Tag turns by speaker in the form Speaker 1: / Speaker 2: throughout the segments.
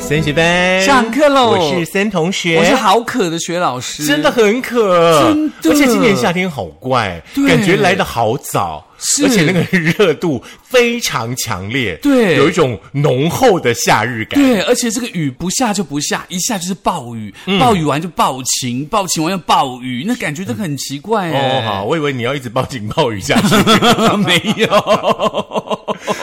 Speaker 1: 三学班
Speaker 2: 上课喽
Speaker 1: 我是森同学，
Speaker 2: 我是好渴的学老师，
Speaker 1: 真的很渴，
Speaker 2: 真的
Speaker 1: 而且今年夏天好怪，
Speaker 2: 对
Speaker 1: 感觉来的好早，
Speaker 2: 是
Speaker 1: 而且那个热度非常强烈，
Speaker 2: 对
Speaker 1: 有一种浓厚的夏日感。
Speaker 2: 对，而且这个雨不下就不下，一下就是暴雨，
Speaker 1: 嗯
Speaker 2: 暴雨完就暴晴，暴晴完又暴雨，那感觉真的很奇怪
Speaker 1: 哦，
Speaker 2: 哎。
Speaker 1: 好，我以为你要一直暴警暴雨下 去。
Speaker 2: 没
Speaker 1: 嗯
Speaker 2: 有，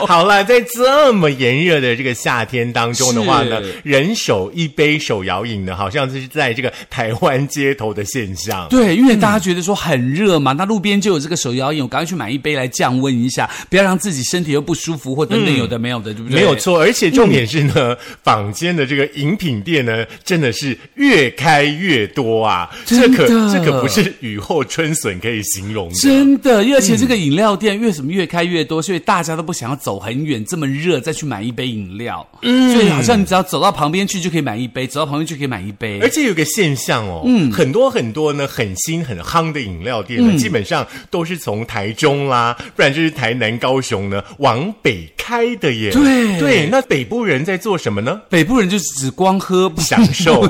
Speaker 1: 好了，在这么炎热的这个夏天当中的话呢
Speaker 2: 是，
Speaker 1: 人手一杯手摇饮呢，好像是在这个台湾街头的现象。
Speaker 2: 对，因为大家觉得说很热嘛，那路边就有这个手摇饮，我赶快去买一杯来降温一下，不要让自己身体又不舒服或等等有的没有的，对不对？
Speaker 1: 嗯没有错，而且重点是呢，坊间的这个饮品店呢，真的是越开越多啊！这
Speaker 2: 真
Speaker 1: 可
Speaker 2: 的
Speaker 1: 这可不是雨后春笋可以形容的。
Speaker 2: 真的，而且这个饮料店越什么越开越多，所以大家都不想要走很远，这么热再去买一杯饮料。嗯，所以好像你只要走到旁边去就可以买一杯，走到旁边就可以买一杯
Speaker 1: 而。且有个现象哦，
Speaker 2: 嗯
Speaker 1: 很多很多呢，很新很夯的饮料店呢，基本上都是从台中啦，不然就是台南、高雄呢往北开的耶。
Speaker 2: 对
Speaker 1: 对，那北部人在做什么 呢？
Speaker 2: 北部人就只光喝，不
Speaker 1: 享受，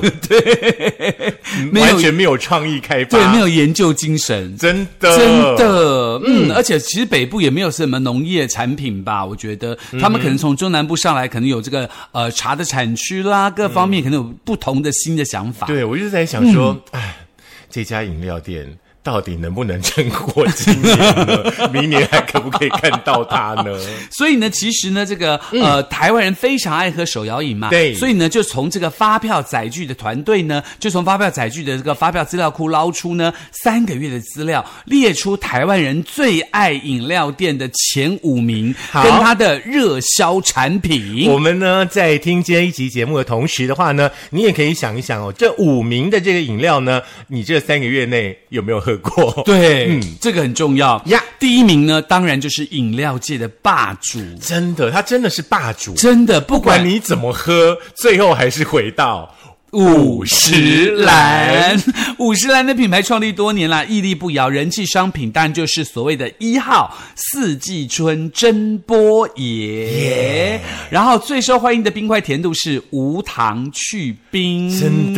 Speaker 1: 嗯
Speaker 2: 没
Speaker 1: 完
Speaker 2: 有
Speaker 1: 全没有创意开发，
Speaker 2: 对，没有研究精神。
Speaker 1: 真的
Speaker 2: 真的，嗯，而且其实北部也没有什么农业产品吧，我觉得
Speaker 1: 嗯
Speaker 2: 他们可能从中南部上来，可能有这个呃茶的产区啦，各方
Speaker 1: 嗯
Speaker 2: 面可能有不同的新的想法。
Speaker 1: 对，我就在想
Speaker 2: 嗯
Speaker 1: 说，哎、这家饮料店到底能不能撑过今年 呢？明年还可不可以看到它呢？
Speaker 2: 所以呢，其实呢，这个、呃，台湾人非常爱喝手摇饮
Speaker 1: 嗯
Speaker 2: 嘛，
Speaker 1: 对
Speaker 2: 所以呢，就从这个发票载具的团队呢，就从发票载具的这个发票资料库捞出呢三个月的资料，列出台湾人最爱饮料店的前五名，
Speaker 1: 好
Speaker 2: 跟它的热销产品。
Speaker 1: 我们呢，在听这一集节目的同时的话呢，你也可以想一想哦，这五名的这个饮料呢，你这三个月内有没有喝过？嗯
Speaker 2: 对，嗯这个很重要
Speaker 1: 呀
Speaker 2: 第一名呢，当然就是饮料界的霸主，
Speaker 1: 真的，它真的是霸主。
Speaker 2: 真的不
Speaker 1: 不管
Speaker 2: 管
Speaker 1: 你怎么喝，最后还是回到
Speaker 2: 五十岚，五十岚的品牌创立多年啦，屹立不摇，人气商品当然就是所谓的一号四季春真波爷。然后最受欢迎的冰块甜度是无糖去冰，
Speaker 1: 真。的。
Speaker 2: 嗯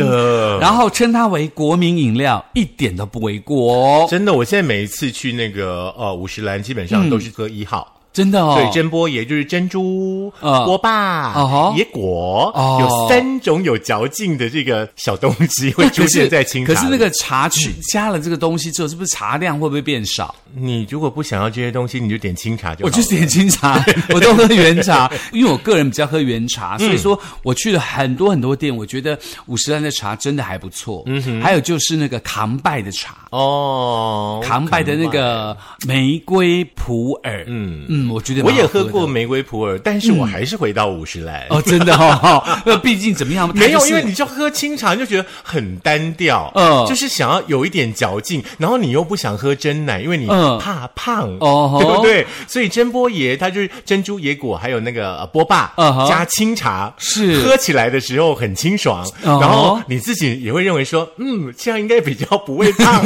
Speaker 2: 然后称它为国民饮料，一点都不为过哦，真
Speaker 1: 真的，我现在每一次去那个呃五十岚，基本上都
Speaker 2: 嗯
Speaker 1: 是喝一号。
Speaker 2: 的哦。
Speaker 1: 对，珍波爷就是珍珠、
Speaker 2: 呃
Speaker 1: 波霸、
Speaker 2: 哦吼
Speaker 1: 野果，
Speaker 2: 哦
Speaker 1: 有三种有嚼劲的这个小东西会
Speaker 2: 那
Speaker 1: 出
Speaker 2: 可
Speaker 1: 现
Speaker 2: 是
Speaker 1: 在清茶
Speaker 2: 可
Speaker 1: 里。
Speaker 2: 是那个茶去加了这个东西之后，是不是茶量会不会变少？
Speaker 1: 你如果不想要这些东西，你就点清茶就好。
Speaker 2: 我就是点清 茶，我都喝原茶， 嗯因为我个人比较喝原茶，所以说我去了很多很多店，我觉得五十岚的茶真的还不错。嗯哼，还有就是那个扛拜的茶，
Speaker 1: 哦，
Speaker 2: 扛拜的那个玫瑰普洱，嗯嗯，我觉得
Speaker 1: 我
Speaker 2: 蛮好
Speaker 1: 也
Speaker 2: 喝
Speaker 1: 喝
Speaker 2: 的
Speaker 1: 过。玫瑰普洱，但是我还是回到五十岚。
Speaker 2: 哦，真的哦， 那毕竟怎么样？它
Speaker 1: 没有
Speaker 2: 就，是
Speaker 1: 因为你就喝清茶就觉得很单调，
Speaker 2: 嗯
Speaker 1: 就是想要有一点嚼劲，然后你又不想喝真奶，因为你
Speaker 2: 嗯
Speaker 1: 怕胖，
Speaker 2: 哦吼
Speaker 1: 对不对？所以珍波爷它就是珍珠野果，还有那个呃波霸、
Speaker 2: 嗯哼
Speaker 1: 加清茶，
Speaker 2: 是
Speaker 1: 喝起来的时候很清爽，
Speaker 2: 哦吼
Speaker 1: 然后你自己也会认为说，嗯，这样应该比较不会 胖，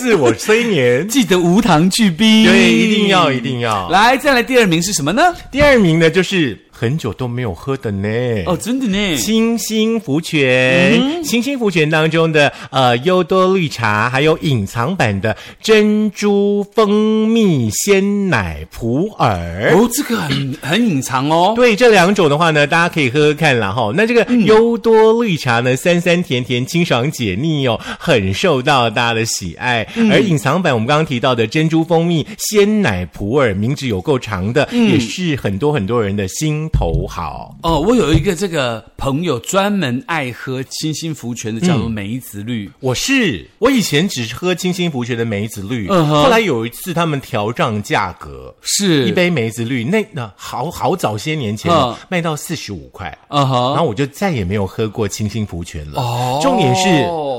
Speaker 1: 自我催眠。
Speaker 2: 记得无糖去冰，
Speaker 1: 对，一定要，一定要。
Speaker 2: 来，再来第二名是什么呢？
Speaker 1: 第二名呢，就是很久都没有喝的呢。
Speaker 2: 哦，真的呢，
Speaker 1: 清新福泉，清新福泉当中的呃优多绿茶，还有隐藏版的珍珠蜂蜜鲜奶普洱。
Speaker 2: 哦，这个很很隐藏哦。
Speaker 1: 对这两种的话呢，大家可以喝喝看啦哈。那这个优多绿茶呢，酸酸甜甜，清爽解腻哦，很受到大家的喜爱。而隐藏版我们刚刚提到的珍珠蜂蜜鲜奶普洱，名字有够长的，也是很多很多人的心头好。
Speaker 2: 哦，我有一个这个朋友专门爱喝清新福泉的，叫
Speaker 1: 嗯
Speaker 2: 做梅子绿。
Speaker 1: 我是我以前只是喝清新福泉的梅子绿，
Speaker 2: 嗯哼
Speaker 1: 后来有一次他们调涨价格，
Speaker 2: 是
Speaker 1: 一，杯梅子绿那那好好早些年前、哦
Speaker 2: 嗯
Speaker 1: 卖到四十五块。
Speaker 2: 嗯
Speaker 1: 然
Speaker 2: 哼，
Speaker 1: 后我就再也没有喝过清新福泉了。
Speaker 2: 哦
Speaker 1: 重点是，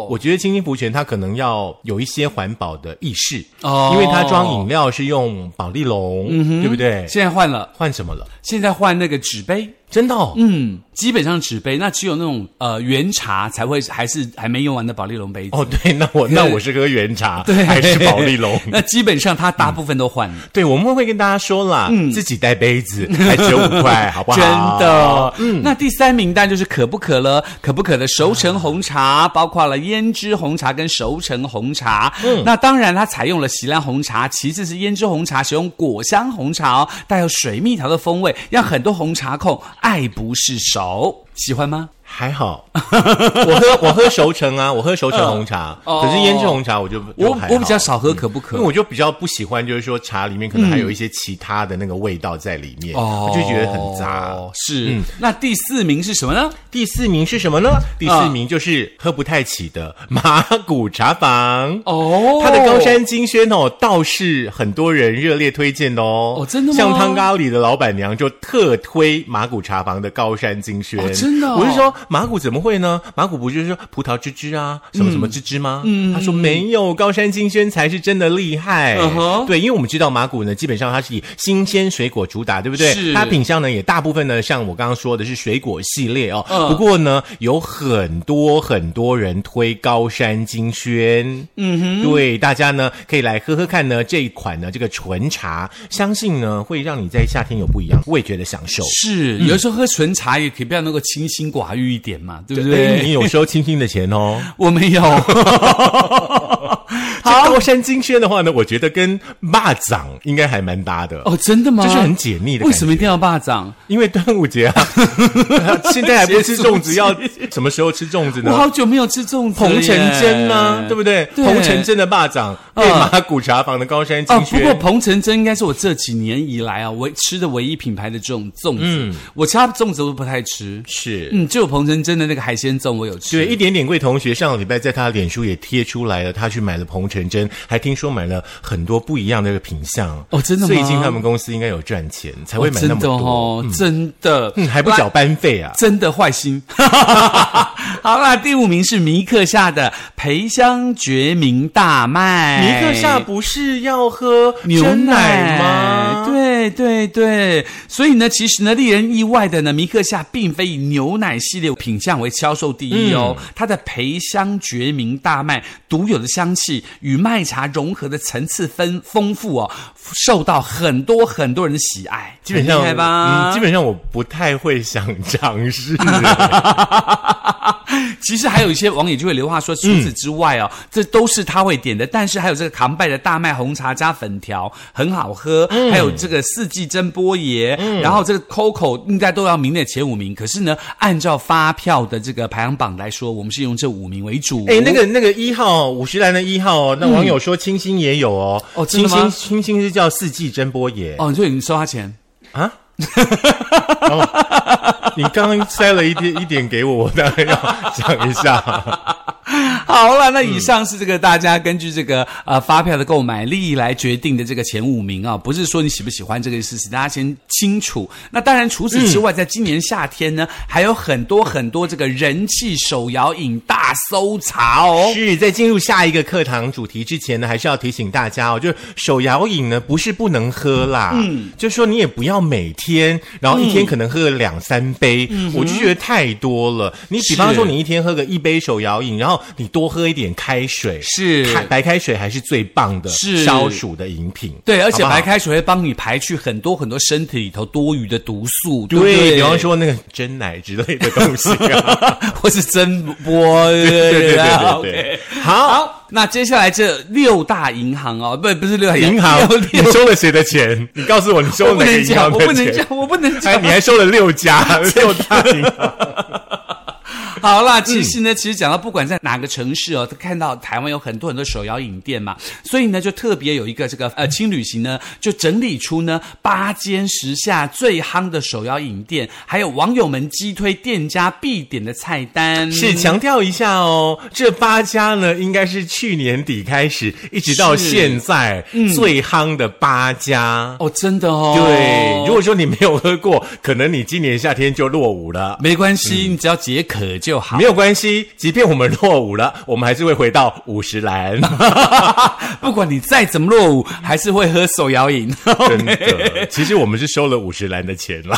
Speaker 1: 我觉得清新福泉它可能要有一些环保的意识，
Speaker 2: 哦
Speaker 1: 因
Speaker 2: 嗯
Speaker 1: 为它装饮料是用保丽龙，对不对？
Speaker 2: 现在换了，
Speaker 1: 换什么了？
Speaker 2: 现在换那个纸杯，
Speaker 1: 真的、哦，
Speaker 2: 嗯，基本上纸杯，那只有那种呃原茶才会还是还没用完的保丽龙杯子。
Speaker 1: 哦，对，那我那我是喝原茶，还
Speaker 2: ？
Speaker 1: 是保利龙
Speaker 2: 那基本上它大部分都换了。
Speaker 1: 对，我们会跟大家说啦，自己带杯子，还只有五块，好不好？
Speaker 2: 嗯真的，嗯，那第三名单就是可不可了，可不可的熟成红茶，包括了胭脂红茶跟熟成红茶。嗯，那当然它采用了锡兰红茶，其次是胭脂红茶，使用果香红茶、哦，带有水蜜桃的风味，让很多红茶控爱不释手。喜欢吗？
Speaker 1: 还好，我喝 我喝熟成啊，我喝熟成红茶，
Speaker 2: 哦
Speaker 1: 可是胭脂红茶我就就
Speaker 2: 我
Speaker 1: 还好嗯
Speaker 2: 我比较少嗯喝可不可
Speaker 1: 因为，我就比较不喜欢，就是说茶里面可能还有一些其他的那个味道在里面，
Speaker 2: 哦
Speaker 1: 我就觉得很杂。嗯
Speaker 2: 是，那第四名是什么呢？
Speaker 1: 第四名是什么呢？第四名就是喝不太起的马古茶坊。
Speaker 2: 哦
Speaker 1: 它的高山金萱哦，倒是很多人热烈推荐的哦。
Speaker 2: 哦真的吗
Speaker 1: 像汤咖喱的老板娘就特推马古茶坊的高山金萱、
Speaker 2: 哦真的哦
Speaker 1: 我是说马古怎么会呢？马古不就是说葡萄汁汁啊，什么什么汁汁吗？嗯，他说没有，高山金萱才是真的厉害。
Speaker 2: 嗯哼
Speaker 1: 对，因为我们知道马古呢，基本上它是以新鲜水果主打，对不对？
Speaker 2: 是
Speaker 1: 它品相呢也大部分呢，像我刚刚说的是水果系列哦。
Speaker 2: 嗯
Speaker 1: 不过呢，有很多很多人推高山金萱。嗯哼，对，大家呢可以来喝喝看呢这一款呢这个纯茶，相信呢会让你在夏天有不一样味觉的享受。
Speaker 2: 是，
Speaker 1: 嗯
Speaker 2: 有的时候喝纯茶也可以不要那个清心寡欲一点嘛，对不
Speaker 1: 对，哎你
Speaker 2: 对？
Speaker 1: 有时候轻轻的钱哦。
Speaker 2: 我没有，
Speaker 1: 这高山金萱的话呢，我觉得跟蚂蚱应该还蛮搭的，
Speaker 2: 哦，真的吗？
Speaker 1: 就是很解腻的感
Speaker 2: 为
Speaker 1: 觉
Speaker 2: 什。么一定要霸掌？
Speaker 1: 因为端午节啊，现在还不吃粽子，要什么时候吃粽子
Speaker 2: 我
Speaker 1: 呢？
Speaker 2: 好久没有吃粽子了耶
Speaker 1: 彭城珍呢，对不对？
Speaker 2: 对
Speaker 1: 彭城珍的霸掌
Speaker 2: 嗯
Speaker 1: 配马古茶坊的高山
Speaker 2: 哦
Speaker 1: 金，
Speaker 2: 不过
Speaker 1: 萱，
Speaker 2: 彭城珍应该是我这几年以来啊，唯吃的唯一品牌的这种粽子。我其他粽子都不太吃，
Speaker 1: 嗯是。
Speaker 2: 嗯，就有彭城珍的那个海鲜粽我有吃。
Speaker 1: 对，一点点贵同学上个礼拜在他的脸书也贴出来了，他去买了彭城珍，还听说买了很多不一样的品相
Speaker 2: 哦真的吗
Speaker 1: 最近他们公司应该有赚钱，才会
Speaker 2: 哦
Speaker 1: 买那
Speaker 2: 真
Speaker 1: 么
Speaker 2: 的
Speaker 1: 多，
Speaker 2: 哦，真的，
Speaker 1: 嗯，还不
Speaker 2: 来
Speaker 1: 缴班费啊。
Speaker 2: 真的坏心。 好啦，第五名是米克夏的培香决明大麦。
Speaker 1: 尼克夏不是要喝
Speaker 2: 牛
Speaker 1: 真奶吗？。
Speaker 2: 对哎对对，所以呢，其实呢，令人意外的呢，米克夏并非以牛奶系列品相为销售第一
Speaker 1: 嗯
Speaker 2: 哦。它的培香决明大麦独有的香气与麦茶融合的层次分丰富哦，受到很多很多人的喜爱。
Speaker 1: 基本上
Speaker 2: 很厉害吧？
Speaker 1: 嗯，基本上我不太会想尝试。
Speaker 2: 其实还有一些网友就会留话说，除此之外哦，
Speaker 1: 嗯
Speaker 2: 这都是他会点的，但是还有这个扛拜的大麦红茶加粉条很好喝，
Speaker 1: 嗯
Speaker 2: 还有这个四季蒸波爷，然后这个 Coco 应该都要名列前五名。可是呢，按照发票的这个排行榜来说，我们是用这五名为主。
Speaker 1: 哎，那个那个一号哦五十岚的一号哦，那网友说清新也有哦，
Speaker 2: 哦真
Speaker 1: 清
Speaker 2: 的吗
Speaker 1: 新清新是叫四季真波爷
Speaker 2: 哦，所以你收他钱。
Speaker 1: 啊。哦你刚刚塞了一点一点给我，我当然要讲一下。
Speaker 2: 好了，那以上是这个大家根据这个
Speaker 1: 嗯
Speaker 2: 呃发票的购买力来决定的这个前五名啊，不是说你喜不喜欢这个事情，大家先清楚。那当然，除此之外，在今年夏天
Speaker 1: 嗯
Speaker 2: 呢，还有很多很多这个人气手摇饮大搜查哦。
Speaker 1: 是在进入下一个课堂主题之前呢，还是要提醒大家哦，就是手摇饮呢不是不能喝啦，嗯，就说你也不要每天，然后一天可能喝个两三杯，我就觉得太多了。你比方说
Speaker 2: 嗯是
Speaker 1: 你一天喝个一杯手摇饮，然后你多喝一点开水，
Speaker 2: 是
Speaker 1: 开白开水还是最棒的
Speaker 2: 是
Speaker 1: 消暑的饮品，
Speaker 2: 对，而且
Speaker 1: 好不好
Speaker 2: 白。开水会帮你排去很多很多身体里头多余的毒素，对不
Speaker 1: 对，
Speaker 2: 对？
Speaker 1: 比方说那个真奶之类的东西、啊，
Speaker 2: 或是真 波，对 对
Speaker 1: 对对
Speaker 2: 吧
Speaker 1: 对对
Speaker 2: OK
Speaker 1: 好
Speaker 2: 好，那接下来这六大银行哦，不不是六大
Speaker 1: 银行
Speaker 2: 六，
Speaker 1: 你
Speaker 2: 六
Speaker 1: 收了谁的钱？你告诉我，你收
Speaker 2: 我
Speaker 1: 了
Speaker 2: 不
Speaker 1: 哪个
Speaker 2: 能
Speaker 1: 银
Speaker 2: 讲，
Speaker 1: 行
Speaker 2: 我
Speaker 1: 的
Speaker 2: 不能
Speaker 1: 钱
Speaker 2: 讲？，我不能
Speaker 1: 哎，
Speaker 2: 讲
Speaker 1: 你。还收了六家， 六大银行。
Speaker 2: 哎好啦，其实呢，其实讲到不管在哪个城市哦，看到台湾有很多很多手摇饮店嘛，所以呢，就特别有一个这个呃轻旅行呢，就整理出呢八间时下最夯的手摇饮店，还有网友们击推店家必点的菜单。
Speaker 1: 是强调一下哦，这八家呢，应该是去年底开始，一直到现在、最夯的八家。
Speaker 2: 哦，真的哦。
Speaker 1: 对，如果说你没有喝过，可能你今年夏天就落伍了。
Speaker 2: 没关系，你只要解渴就好
Speaker 1: 没。有关系，即便我们落伍了，我们还是会回到五十 岚。
Speaker 2: 不管你再怎么落伍，还是会喝
Speaker 1: 哦
Speaker 2: 手摇饮。
Speaker 1: 真的，其实我们是收了五十岚的钱啦。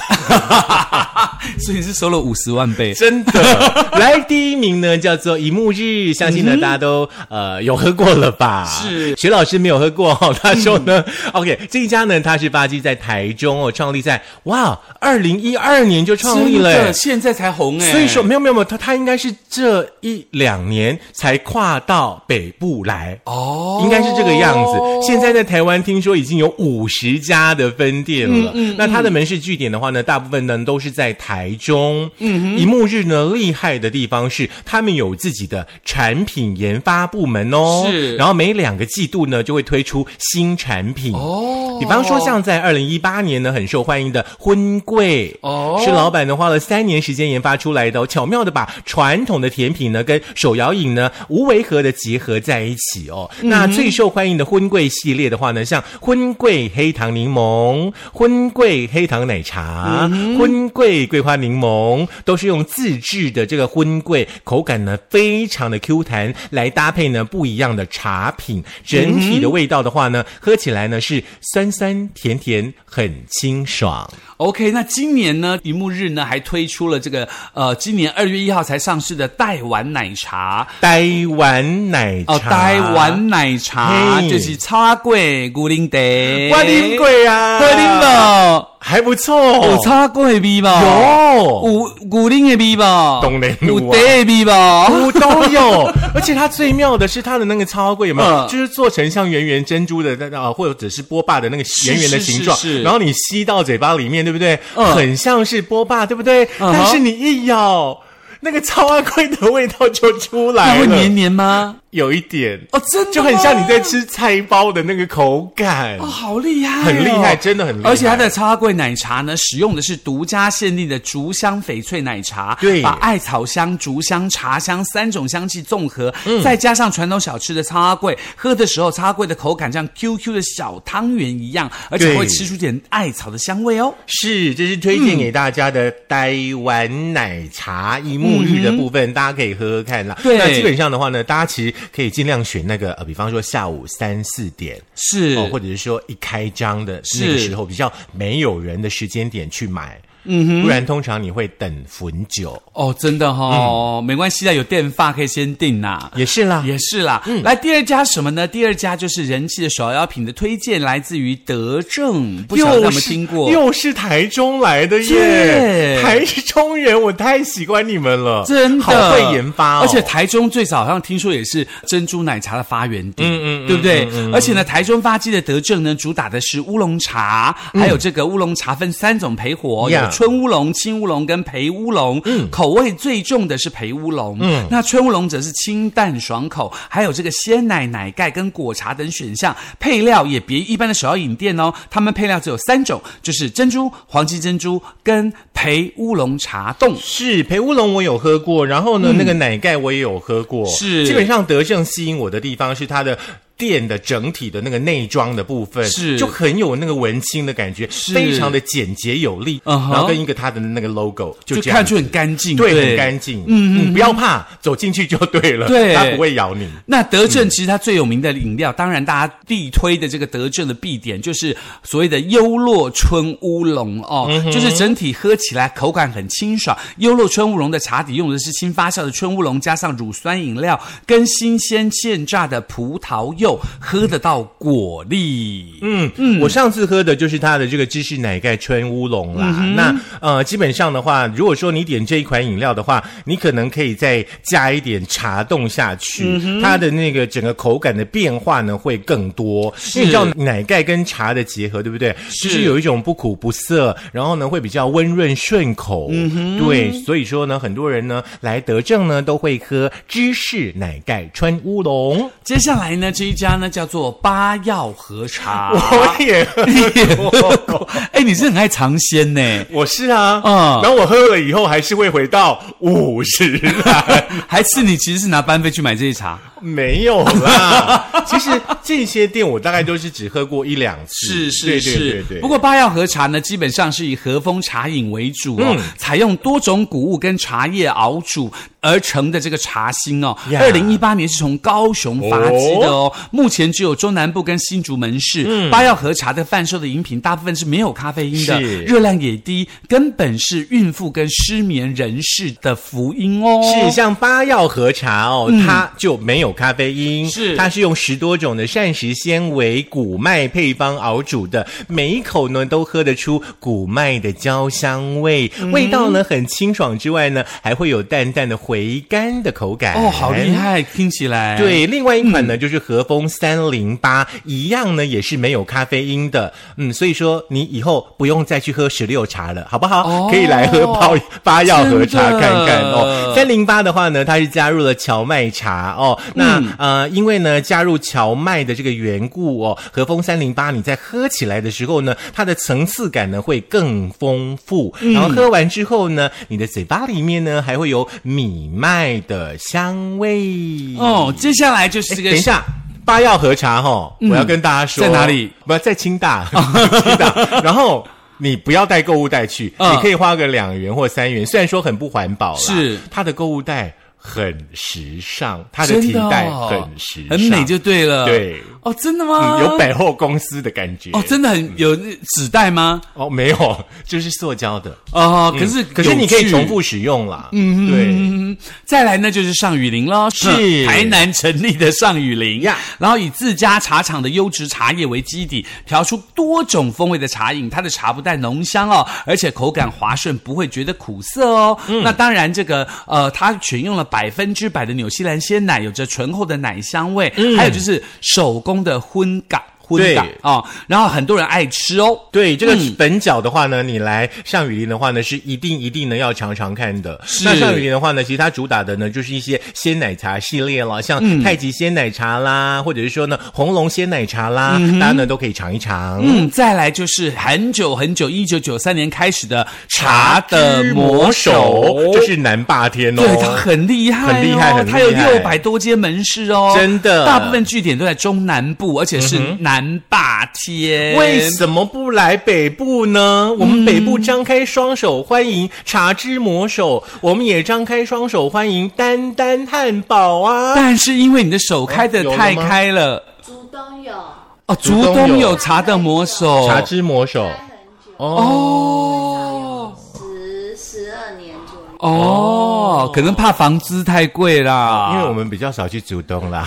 Speaker 2: 所以你是收了五十万倍。
Speaker 1: 真的。 来，第一名呢叫做一幕日，相信呢大家都呃有喝过了吧？
Speaker 2: 嗯是嗯
Speaker 1: 徐老师没有喝过哦，他说呢、o k 这一家呢，它是巴基在台中哦，创立在哇，二零一二年就创立
Speaker 2: 真
Speaker 1: 了耶。
Speaker 2: 的，现在才红哎、
Speaker 1: 所以说没有没有没有，他他应该是这一两年才跨到北部来
Speaker 2: 哦
Speaker 1: 应该是这个样子。现在在台湾听说已经有五十家的分店
Speaker 2: 嗯
Speaker 1: 了。那它的门市据点的话呢，大部分呢都是在台中。嗯一幕日呢厉害的地方是，他们有自己的产品研发部门哦。
Speaker 2: 是
Speaker 1: 然后每两个季度呢就会推出新产品
Speaker 2: 哦
Speaker 1: 比方说像在二零一八年呢很受欢迎的婚柜
Speaker 2: 哦
Speaker 1: 是老板呢花了三年时间研发出来的哦、巧妙的把传统的甜品呢跟手摇饮呢无违和的结合在一起哦。那最受欢迎的婚柜系列的话呢，像婚柜黑糖柠檬、婚柜黑糖奶茶、婚柜桂花柠檬，都是用自制的这个婚柜，口感呢非常的 Q 弹，来搭配呢不一样的茶品。整体的味道的话呢，喝起来呢是酸酸甜甜，很清爽。
Speaker 2: OK，那今年呢，一幕日呢还推出了这个呃，今年二月一号才上市的代碗奶茶
Speaker 1: 呆丸奶茶
Speaker 2: 哦，代碗奶茶
Speaker 1: 嘿
Speaker 2: 就是超贵古灵德，
Speaker 1: 瓜林鬼啊，
Speaker 2: 古灵宝，
Speaker 1: 还不错，
Speaker 2: 有哦超哦贵的味吧？
Speaker 1: 有
Speaker 2: 有古灵的味吧？
Speaker 1: 当然有啊
Speaker 2: 有茶的味吧？
Speaker 1: 我都有， 而且它最妙的是它的那个超贵，有没有？
Speaker 2: 嗯
Speaker 1: 就是做成像圆圆珍珠的那啊，或者是波霸的那个圆圆的形状，
Speaker 2: 哦是是是
Speaker 1: 然后你吸到嘴巴里面，对不对？
Speaker 2: 嗯
Speaker 1: 很像是波霸，对不对？
Speaker 2: 嗯哼
Speaker 1: 但是你一咬，那个超阿贵的味道就出
Speaker 2: 那
Speaker 1: 来
Speaker 2: 会
Speaker 1: 了，
Speaker 2: 黏黏吗？
Speaker 1: 有一点，
Speaker 2: 哦，真的
Speaker 1: 就很像你在
Speaker 2: 吗
Speaker 1: 吃菜包的那个口感。
Speaker 2: 哦，好厉害哦、
Speaker 1: 很厉害真的很厉害
Speaker 2: 而且它的超贵奶茶呢，使用的是独家限定的竹香翡翠奶茶，
Speaker 1: 对
Speaker 2: 把艾草香、竹香、茶香三种香气综合，
Speaker 1: 嗯
Speaker 2: 再加上传统小吃的超贵，喝的时候超贵的口感像 QQ 的小汤圆一样，而且
Speaker 1: 对
Speaker 2: 会吃出点艾草的香味哦。
Speaker 1: 是，这是推
Speaker 2: 嗯
Speaker 1: 荐给大家的呆丸奶茶，一沐浴的部分，大家可以喝喝看啦。
Speaker 2: 嗯对
Speaker 1: 那基本上的话呢，大家其实可以尽量选那个呃，比方说下午三四点。
Speaker 2: 是，
Speaker 1: 哦，或者是说一开张的
Speaker 2: 是
Speaker 1: 那个时候比较没有人的时间点去买，嗯哼，不然通常你会等很久，
Speaker 2: 哦，真的哈、哦
Speaker 1: 嗯
Speaker 2: 没关系啦，有电话可以先订啦。
Speaker 1: 也是啦。
Speaker 2: 也是啦，
Speaker 1: 嗯
Speaker 2: 来第二家是什么呢？第二家就是人气的手摇品的推荐，来自于德政，不
Speaker 1: 又
Speaker 2: 晓
Speaker 1: 是
Speaker 2: 得有没有听过？
Speaker 1: 又是台中来的耶
Speaker 2: 对！
Speaker 1: 台中人，我太喜欢你们了，
Speaker 2: 真的
Speaker 1: 好会研发哦，
Speaker 2: 而且台中最早好像听说也是珍珠奶茶的发源地，嗯嗯，对不对？而且呢，台中发迹的德政呢，主打的是乌龙茶，还有这个乌龙茶分三种焙火，
Speaker 1: 呀
Speaker 2: 有春乌龙、青乌龙跟焙乌龙，口味最重的是焙乌龙，嗯，那春乌龙则是清淡爽口，还有这个鲜奶、奶盖跟果茶等选项，配料也别一般的手摇饮店哦，他们配料只有三种，就是珍珠、黄金珍珠跟焙乌龙茶冻。
Speaker 1: 是培乌龙我有喝过，然后呢，那个奶盖我也有喝过。
Speaker 2: 嗯是
Speaker 1: 基本上德胜吸引我的地方是它的。店的整体的那个内装的部分
Speaker 2: 是
Speaker 1: 就很有那个文青的感觉，
Speaker 2: 是
Speaker 1: 非常的简洁有力
Speaker 2: 嗯哼
Speaker 1: 然后跟一个它的那个 logo 就
Speaker 2: 就
Speaker 1: 这样
Speaker 2: 看
Speaker 1: 子，
Speaker 2: 出很干净，
Speaker 1: 对，很干净，嗯嗯，不要怕，走进去就对了，
Speaker 2: 对
Speaker 1: 它不会咬你。
Speaker 2: 那德政
Speaker 1: 嗯
Speaker 2: 其实它最有名的饮料，当然大家必推的这个德政的必点就是所谓的优洛春乌龙哦，
Speaker 1: 嗯
Speaker 2: 就是整体喝起来口感很清爽。优洛春乌龙的茶底用的是新发酵的春乌龙，加上乳酸饮料跟新鲜现榨的葡萄柚，喝得到果粒。
Speaker 1: 嗯嗯，我上次喝的就是它的这个芝士奶盖春乌龙啦。那呃，基本上的话，如果说你点这一款饮料的话，你可能可以再加一点茶冻下去，它的那个整个口感的变化呢会更多。因为你知道奶盖跟茶的结合，对不对？
Speaker 2: 是
Speaker 1: 就是有一种不苦不涩，然后呢会比较温润顺口。对，所以说呢，很多人呢来德政呢都会喝芝士奶盖川乌龙。
Speaker 2: 接下来呢，这一家呢叫做八药和茶。
Speaker 1: 我也喝过。
Speaker 2: 哎，你是很爱尝鲜呢，
Speaker 1: 我是啊，
Speaker 2: 嗯
Speaker 1: 然后我喝了 以后还是会回到五十来，
Speaker 2: 还是你其实是拿班费去买这些茶？
Speaker 1: 没有 啦。其实这些店我大概都是只喝过一两次，
Speaker 2: 是是
Speaker 1: 对
Speaker 2: 是，
Speaker 1: 对对对。
Speaker 2: 不过八药和茶呢，基本上是以和风茶饮为主哦，
Speaker 1: 嗯
Speaker 2: 采用多种谷物跟茶叶熬煮而成的这个茶心哦。
Speaker 1: 呀
Speaker 2: 二零一八年是从高雄发迹的哦，目前只有中南部跟新竹门市。
Speaker 1: 嗯
Speaker 2: 八药和茶的贩售的饮品大部分是没有咖啡因的，
Speaker 1: 是
Speaker 2: 热量也低，根本是孕妇跟失眠人士的福音哦。
Speaker 1: 是像八药和茶哦，它就没有咖啡因，
Speaker 2: 嗯是
Speaker 1: 它是用十多种的膳食纤维、谷麦配方熬煮的，每一口呢都喝得出谷麦的焦香味，
Speaker 2: 嗯
Speaker 1: 味道呢很清爽之外呢，还会有淡淡的回甘的口感。
Speaker 2: 哦，好厉！害，听起来。。
Speaker 1: 对，另外一款
Speaker 2: 嗯
Speaker 1: 呢、就是和风三零八，一样呢也是没有咖啡因的，嗯，所以说你以后不用再去喝石榴茶了，好不好？
Speaker 2: 哦
Speaker 1: 可以来喝八八药和茶
Speaker 2: 真的
Speaker 1: 看看哦。三零八的话呢，它是加入了荞麦茶哦，那、
Speaker 2: 嗯
Speaker 1: 呃，因为呢加入荞麦的这个缘故哦，和风三零八你在喝起来的时候呢，它的层次感呢会更丰富，
Speaker 2: 嗯
Speaker 1: 然后喝完之后呢，你的嘴巴里面呢还会有米麦的香味
Speaker 2: 哦，接下来就是这个
Speaker 1: 哎
Speaker 2: 嗯
Speaker 1: 等一下。八药和茶哈，我要跟大家说，
Speaker 2: 在哪里？
Speaker 1: 不，在清 大，清大。然后你不要带购物袋去，
Speaker 2: 嗯
Speaker 1: 你可以花个两元或三元，虽然说很不环保啦，
Speaker 2: 是
Speaker 1: 它的购物袋很时尚，它的提袋很时尚，
Speaker 2: 哦很美就对了。
Speaker 1: 对
Speaker 2: 哦，真的
Speaker 1: 嗯
Speaker 2: 吗？
Speaker 1: 有百货公司的感觉
Speaker 2: 哦，真的很有那纸袋吗？
Speaker 1: 哦，没有，就是塑胶的，
Speaker 2: 哦，可是、
Speaker 1: 嗯可是你可以重
Speaker 2: 有趣。
Speaker 1: 复使用啦，嗯，对。
Speaker 2: 嗯，再来呢就是上雨林喽，
Speaker 1: 是
Speaker 2: 台南成立的上雨林
Speaker 1: 呀
Speaker 2: 然后以自家茶厂的优质茶叶为基底，调出多种风味的茶饮。它的茶不但浓香哦，而且口感滑顺，不会觉得苦涩哦。
Speaker 1: 嗯
Speaker 2: 那当然，这个呃，它选用了百分之百的纽西兰鲜奶，有着醇厚的奶香味，还有就是手工的烘嘎
Speaker 1: 嗯
Speaker 2: 烘嘎
Speaker 1: 对
Speaker 2: 啊、哦，然后很多人爱吃哦。
Speaker 1: 对这个
Speaker 2: 嗯
Speaker 1: 粉饺的话呢，你来上雨林的话呢，是一定一定呢要尝尝看的。那上雨林的话呢，其实它主打的呢就是一些鲜奶茶系列了，像
Speaker 2: 嗯
Speaker 1: 太极鲜奶茶啦，或者是说呢红龙鲜奶茶啦，大家呢都可以尝一尝。
Speaker 2: 嗯，再来就是很久很久，一九九三年开始的茶的魔手，
Speaker 1: 这是南霸天哦。
Speaker 2: 对他很厉害、哦，
Speaker 1: 很厉害很厉害
Speaker 2: 他有六百多间门市哦，
Speaker 1: 真的嗯
Speaker 2: 大部分据点都在中南部，而且是南霸天。
Speaker 1: 为什么不来北部呢？我
Speaker 2: 嗯
Speaker 1: 们北部张开双手欢迎茶之魔手，我们也张开双手欢迎丹丹汉堡啊！
Speaker 2: 但是因为你的手开的
Speaker 1: 哦
Speaker 2: 太
Speaker 1: 有了吗
Speaker 2: 开了，
Speaker 3: 竹东有
Speaker 1: 竹
Speaker 2: 哦，竹
Speaker 1: 东
Speaker 2: 东
Speaker 1: 有
Speaker 2: 有茶的魔手，
Speaker 1: 茶之魔手
Speaker 3: 待很久，
Speaker 2: 哦
Speaker 3: 十十二年左右。
Speaker 2: 哦，可能怕房租太贵啦，
Speaker 1: 哦因为我们比较少去竹东 啦。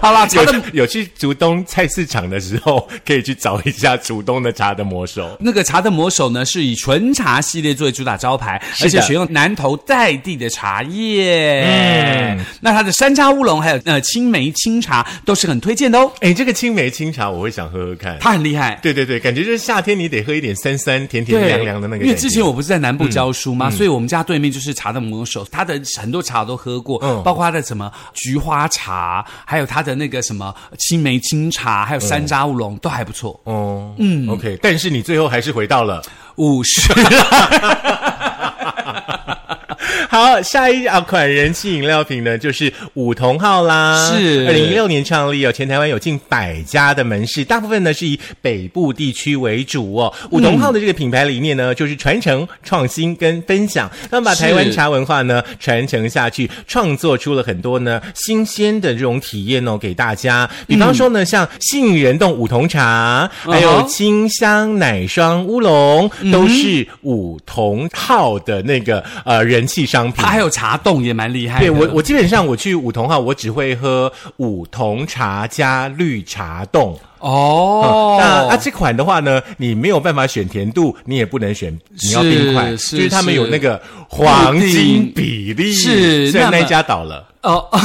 Speaker 2: 好啦，茶
Speaker 1: 有
Speaker 2: 的
Speaker 1: 有去竹东菜市场的时候，可以去找一下竹东的茶的魔手。
Speaker 2: 那个茶的魔手呢，是以纯茶系列作为主打招牌，
Speaker 1: 是
Speaker 2: 而
Speaker 1: 的
Speaker 2: 且选用南投在地的茶叶。
Speaker 1: 嗯
Speaker 2: 嗯，那它的山楂乌龙还有呃青梅清茶都是很推荐的哦，
Speaker 1: 哎，这个青梅清茶我会想喝喝看。
Speaker 2: 它很厉害。
Speaker 1: 对对对，感觉就是夏天你得喝一点酸酸甜甜
Speaker 2: 对，
Speaker 1: 凉凉的那个感觉。嗯
Speaker 2: 因为之前我不是在南部教书吗？所以我们家对面就是茶的魔手，它的很多茶我都喝过，
Speaker 1: 嗯
Speaker 2: 包括它的什么菊花茶，还有它的那个什么青梅清茶，还有山楂乌
Speaker 1: 嗯
Speaker 2: 龙、都还不错。
Speaker 1: 哦，嗯，OK，但是你最后还是回到了。
Speaker 2: 五十。
Speaker 1: 好，下一啊款人气饮料瓶呢，就是五同号啦。
Speaker 2: 是
Speaker 1: 二零一六年创立哦，全台湾有近百家的门市，大部分呢是以北部地区为主哦。五同号的这个品牌理念呢，就是传承、创新跟分享，那么把台湾
Speaker 2: 是
Speaker 1: 茶文化呢传承下去，创作出了很多呢新鲜的这种体验哦给大家。比方说呢，像杏仁冻五同茶，还有
Speaker 2: 嗯哼
Speaker 1: 清香奶霜乌龙，
Speaker 2: 嗯
Speaker 1: 都是五同号的那个呃人气商品
Speaker 2: 它。还有茶冻也蛮厉害的。
Speaker 1: 对我，我基本上我去五同号，我只会喝五同茶加绿茶冻。
Speaker 2: 哦，
Speaker 1: 那啊，这款的话呢，你没有办法选甜度，你也不能选你要冰块，
Speaker 2: 是
Speaker 1: 就是他们
Speaker 2: 是
Speaker 1: 有那个黄金比例。
Speaker 2: 是
Speaker 1: 虽然
Speaker 2: 那
Speaker 1: 那
Speaker 2: 么
Speaker 1: 一家倒了，
Speaker 2: 哦，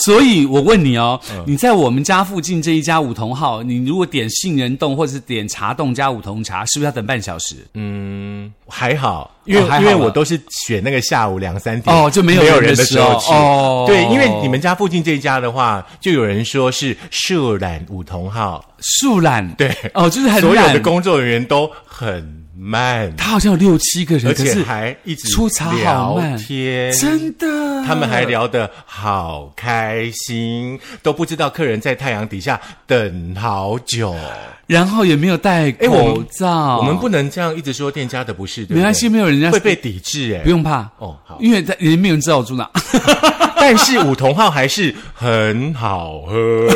Speaker 2: 所以我问你哦，
Speaker 1: 嗯
Speaker 2: 你在我们家附近这一家五同号，你如果点杏仁冻或者是点茶冻加五同茶，是不是要等半小时？
Speaker 1: 嗯，还好，因为、
Speaker 2: 哦还好
Speaker 1: 因为
Speaker 2: 了
Speaker 1: 我都是选那个下午两三点
Speaker 2: 哦就没有
Speaker 1: 没有
Speaker 2: 人
Speaker 1: 人
Speaker 2: 的
Speaker 1: 的
Speaker 2: 时
Speaker 1: 时候
Speaker 2: 候
Speaker 1: 去。
Speaker 2: 哦
Speaker 1: 对，因为你们家附近这一家的话，就有人说是涉染五同号，
Speaker 2: 树懒
Speaker 1: 对
Speaker 2: 哦，就是很
Speaker 1: 所有
Speaker 2: 懒
Speaker 1: 的工作人员都很慢，
Speaker 2: 他好像有六七个人，
Speaker 1: 而
Speaker 2: 可
Speaker 1: 且
Speaker 2: 是
Speaker 1: 还一直
Speaker 2: 出草好
Speaker 1: 聊
Speaker 2: 慢，
Speaker 1: 天，
Speaker 2: 真的，
Speaker 1: 他们还聊得好开心，都不知道客人在太阳底下等好久。
Speaker 2: 然后也没有戴
Speaker 1: 哎我们
Speaker 2: 口罩，
Speaker 1: 我们不能这样一直说店家的不是，对不对
Speaker 2: 没关系，没有人家
Speaker 1: 会被抵制哎、
Speaker 2: 不用怕
Speaker 1: 哦好
Speaker 2: 因为他也没有人知道我住哪。
Speaker 1: 但是五同号还是很好 喝，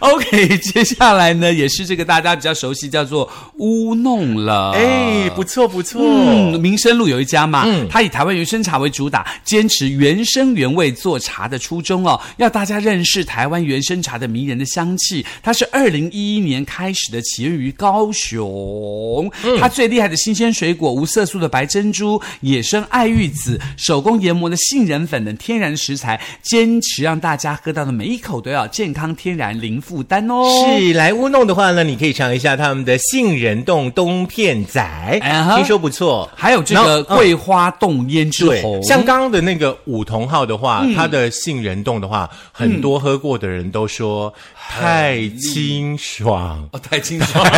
Speaker 2: OK，接下来呢也是这个大家比较熟悉，叫做乌弄了，
Speaker 1: 哎、不错不错。
Speaker 2: 嗯，民生路有一家嘛，
Speaker 1: 嗯
Speaker 2: 它以台湾原生茶为主打，坚持原生原味做茶的初衷哦，要大家认识台湾原生茶的迷人的香气。它是二零一一年开始的，起源于高雄。
Speaker 1: 嗯
Speaker 2: 它最厉害的新鲜水果、无色素的白珍珠、野生爱玉子、手工研磨的杏仁粉等天然食材，坚持让大家喝到的每一口都要健康、天然、零负担哦。。
Speaker 1: 是来乌弄的话呢，你可以尝一下他们的杏仁冻冬片仔
Speaker 2: 哎哈
Speaker 1: 听说不错。
Speaker 2: 还有这
Speaker 1: 然
Speaker 2: 个
Speaker 1: 后嗯
Speaker 2: 桂花冻胭脂
Speaker 1: 对
Speaker 2: 红，，嗯
Speaker 1: 像刚刚的那个五同号的话，它的杏仁冻的话，很多喝过的人都说太清 爽。
Speaker 2: 哦，太清楚了。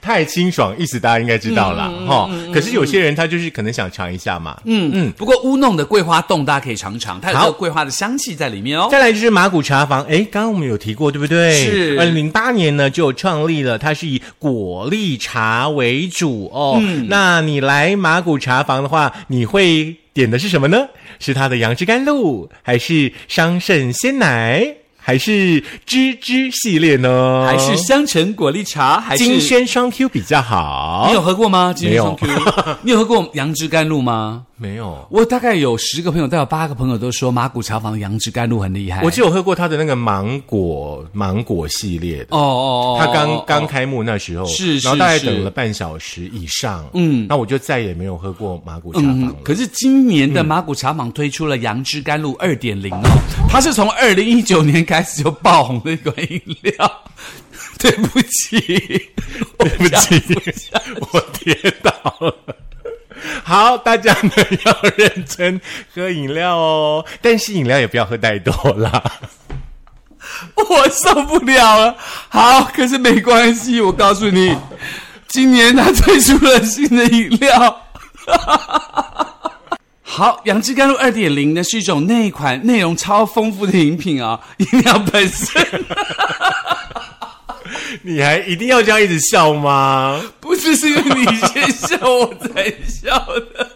Speaker 1: 太太清爽，意思大家应该知道
Speaker 2: 嗯
Speaker 1: 啦，哈、可是有些人他就是可能想尝一下嘛，嗯嗯。
Speaker 2: 不过乌弄的桂花冻大家可以尝尝，它有这
Speaker 1: 好
Speaker 2: 个桂花的香气在里面哦。
Speaker 1: 再来就是麻古茶坊，哎，刚刚我们有提过，对不对？
Speaker 2: 是
Speaker 1: 二零零八年呢就创立了，它是以果粒茶为主哦。
Speaker 2: 嗯
Speaker 1: 那你来麻古茶坊的话，你会点的是什么呢？是它的杨枝甘露，还是桑葚鲜奶，还是芝芝系列呢？
Speaker 2: 还是香橙果粒茶，还是
Speaker 1: 金？萱双 Q 比较好？
Speaker 2: 你有喝过吗？金
Speaker 1: 没
Speaker 2: 萱
Speaker 1: 有
Speaker 2: 双 Q，你有喝过杨枝甘露吗？
Speaker 1: 没有？
Speaker 2: 我大概有十个朋友，大概有八个朋友都说马古茶坊杨枝甘露很厉害。
Speaker 1: 我只有喝过它的那个芒果芒果系列的。
Speaker 2: 哦哦哦，
Speaker 1: 他
Speaker 2: 哦
Speaker 1: 刚
Speaker 2: 哦
Speaker 1: 刚开幕那时候，
Speaker 2: 是
Speaker 1: 然后
Speaker 2: 是
Speaker 1: 大概
Speaker 2: 是
Speaker 1: 等了半小时以上，
Speaker 2: 嗯
Speaker 1: 那我就再也没有喝过麻古茶坊了
Speaker 2: 嗯。，可是今年的马古茶坊推出了杨枝甘露二点零哦，
Speaker 1: 嗯
Speaker 2: 它是从二零一九年开始就爆红的一款饮料。 对不起，
Speaker 1: 对
Speaker 2: 对
Speaker 1: 不 起，我跌倒了。 好，大家呢要认真喝饮料哦，但是饮料也不要喝太多啦。
Speaker 2: 我受不了了。好，可是没关系，我告诉你，今年他推出了新的饮料。 好，杨枝甘露二点零呢是一种内款内容超丰富的饮品啊、 饮料本身
Speaker 1: 你还一定要这样一直笑吗？
Speaker 2: 不是是因为你先笑我才笑的。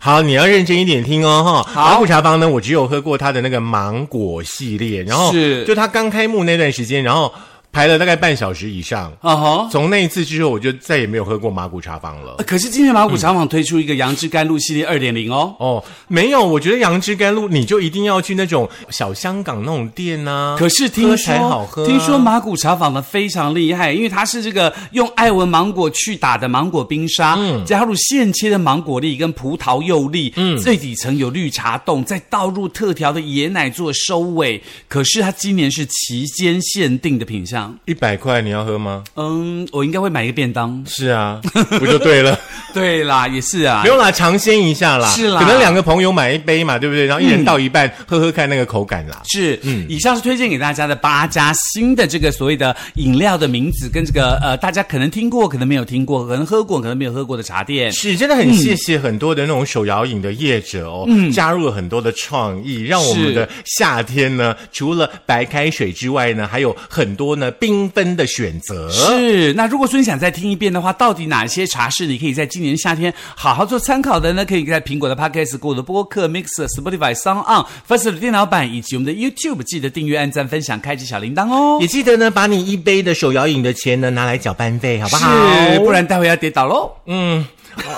Speaker 1: 好，你要认真一点听哦，哈。
Speaker 2: 好
Speaker 1: 麻古茶坊呢，我只有喝过它的那个芒果系列，然后
Speaker 2: 是
Speaker 1: 就它刚开幕那段时间，然后排了大概半小时以上，
Speaker 2: 啊哈。
Speaker 1: 从那一次之后，我就再也没有喝过麻古茶坊了。
Speaker 2: 可是今天马古茶坊推出一个杨枝甘露系列二点零哦，
Speaker 1: 哦，没有，我觉得杨枝甘露你就一定要去那种小香港那种店呐、
Speaker 2: 可是听
Speaker 1: 喝
Speaker 2: 说
Speaker 1: 才好啊喝啊、
Speaker 2: 听说马古茶坊的非常厉害，因为它是这个用艾文芒果去打的芒果冰沙，
Speaker 1: 嗯
Speaker 2: 加入现切的芒果粒跟葡萄柚粒，最底层有绿茶冻，再倒入特调的椰奶做收尾。可是它今年是期间限定的品项，
Speaker 1: 一百块你要喝吗？
Speaker 2: 嗯，我应该会买一个便 当。
Speaker 1: 是啊，不就对 了？
Speaker 2: 对啦，也是啊
Speaker 1: 不，用啦，尝鲜一下啦。嗯
Speaker 2: 是啦
Speaker 1: 可能两个朋友买一杯嘛，对不对？然后一人倒一半，喝喝看那个口感啦。
Speaker 2: 是，
Speaker 1: 嗯
Speaker 2: 以上是推荐给大家的八家新的这个所谓的饮料的名字，跟这个呃，大家可能听过，可能没有听过，可能喝过，可能没有喝过的茶店。
Speaker 1: 是，真的很谢谢很多的那种手摇饮的业者哦，加入了很多的创意，让我们的夏天呢，除了白开水之外呢，还有很多呢缤纷的选择。
Speaker 2: 是，那如果说你想再听一遍的话，到底哪些茶是你可以在今年夏天好好做参考的呢？可以在苹果的 Podcast、谷歌的播客、Mixer、Spotify、Sound On、First 的电脑版以及我们的 YouTube，记得订阅、按赞、分享、开启小铃铛哦
Speaker 1: 也。记得呢，把你一杯的手摇饮的钱呢拿来缴班费，好不嗯好？
Speaker 2: 是，不然待会要跌倒喽。
Speaker 1: 啊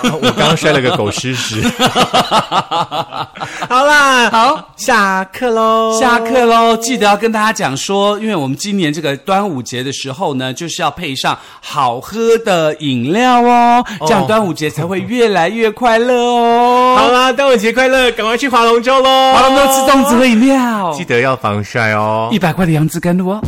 Speaker 1: 我刚刚摔了个狗吃屎。 好啦，
Speaker 2: 好，
Speaker 1: 下课喽，
Speaker 2: 下课喽！记得要跟大家讲说，因为我们今年这个端午节的时候呢，就是要配上好喝的饮料哦，这样端午节才会越来越快乐哦。
Speaker 1: 好，啦，端午节快乐，赶快去划龙舟喽！
Speaker 2: 好了，我们要吃粽子，和饮料，
Speaker 1: 记得要防晒哦。
Speaker 2: 一百块的杨枝甘露哦。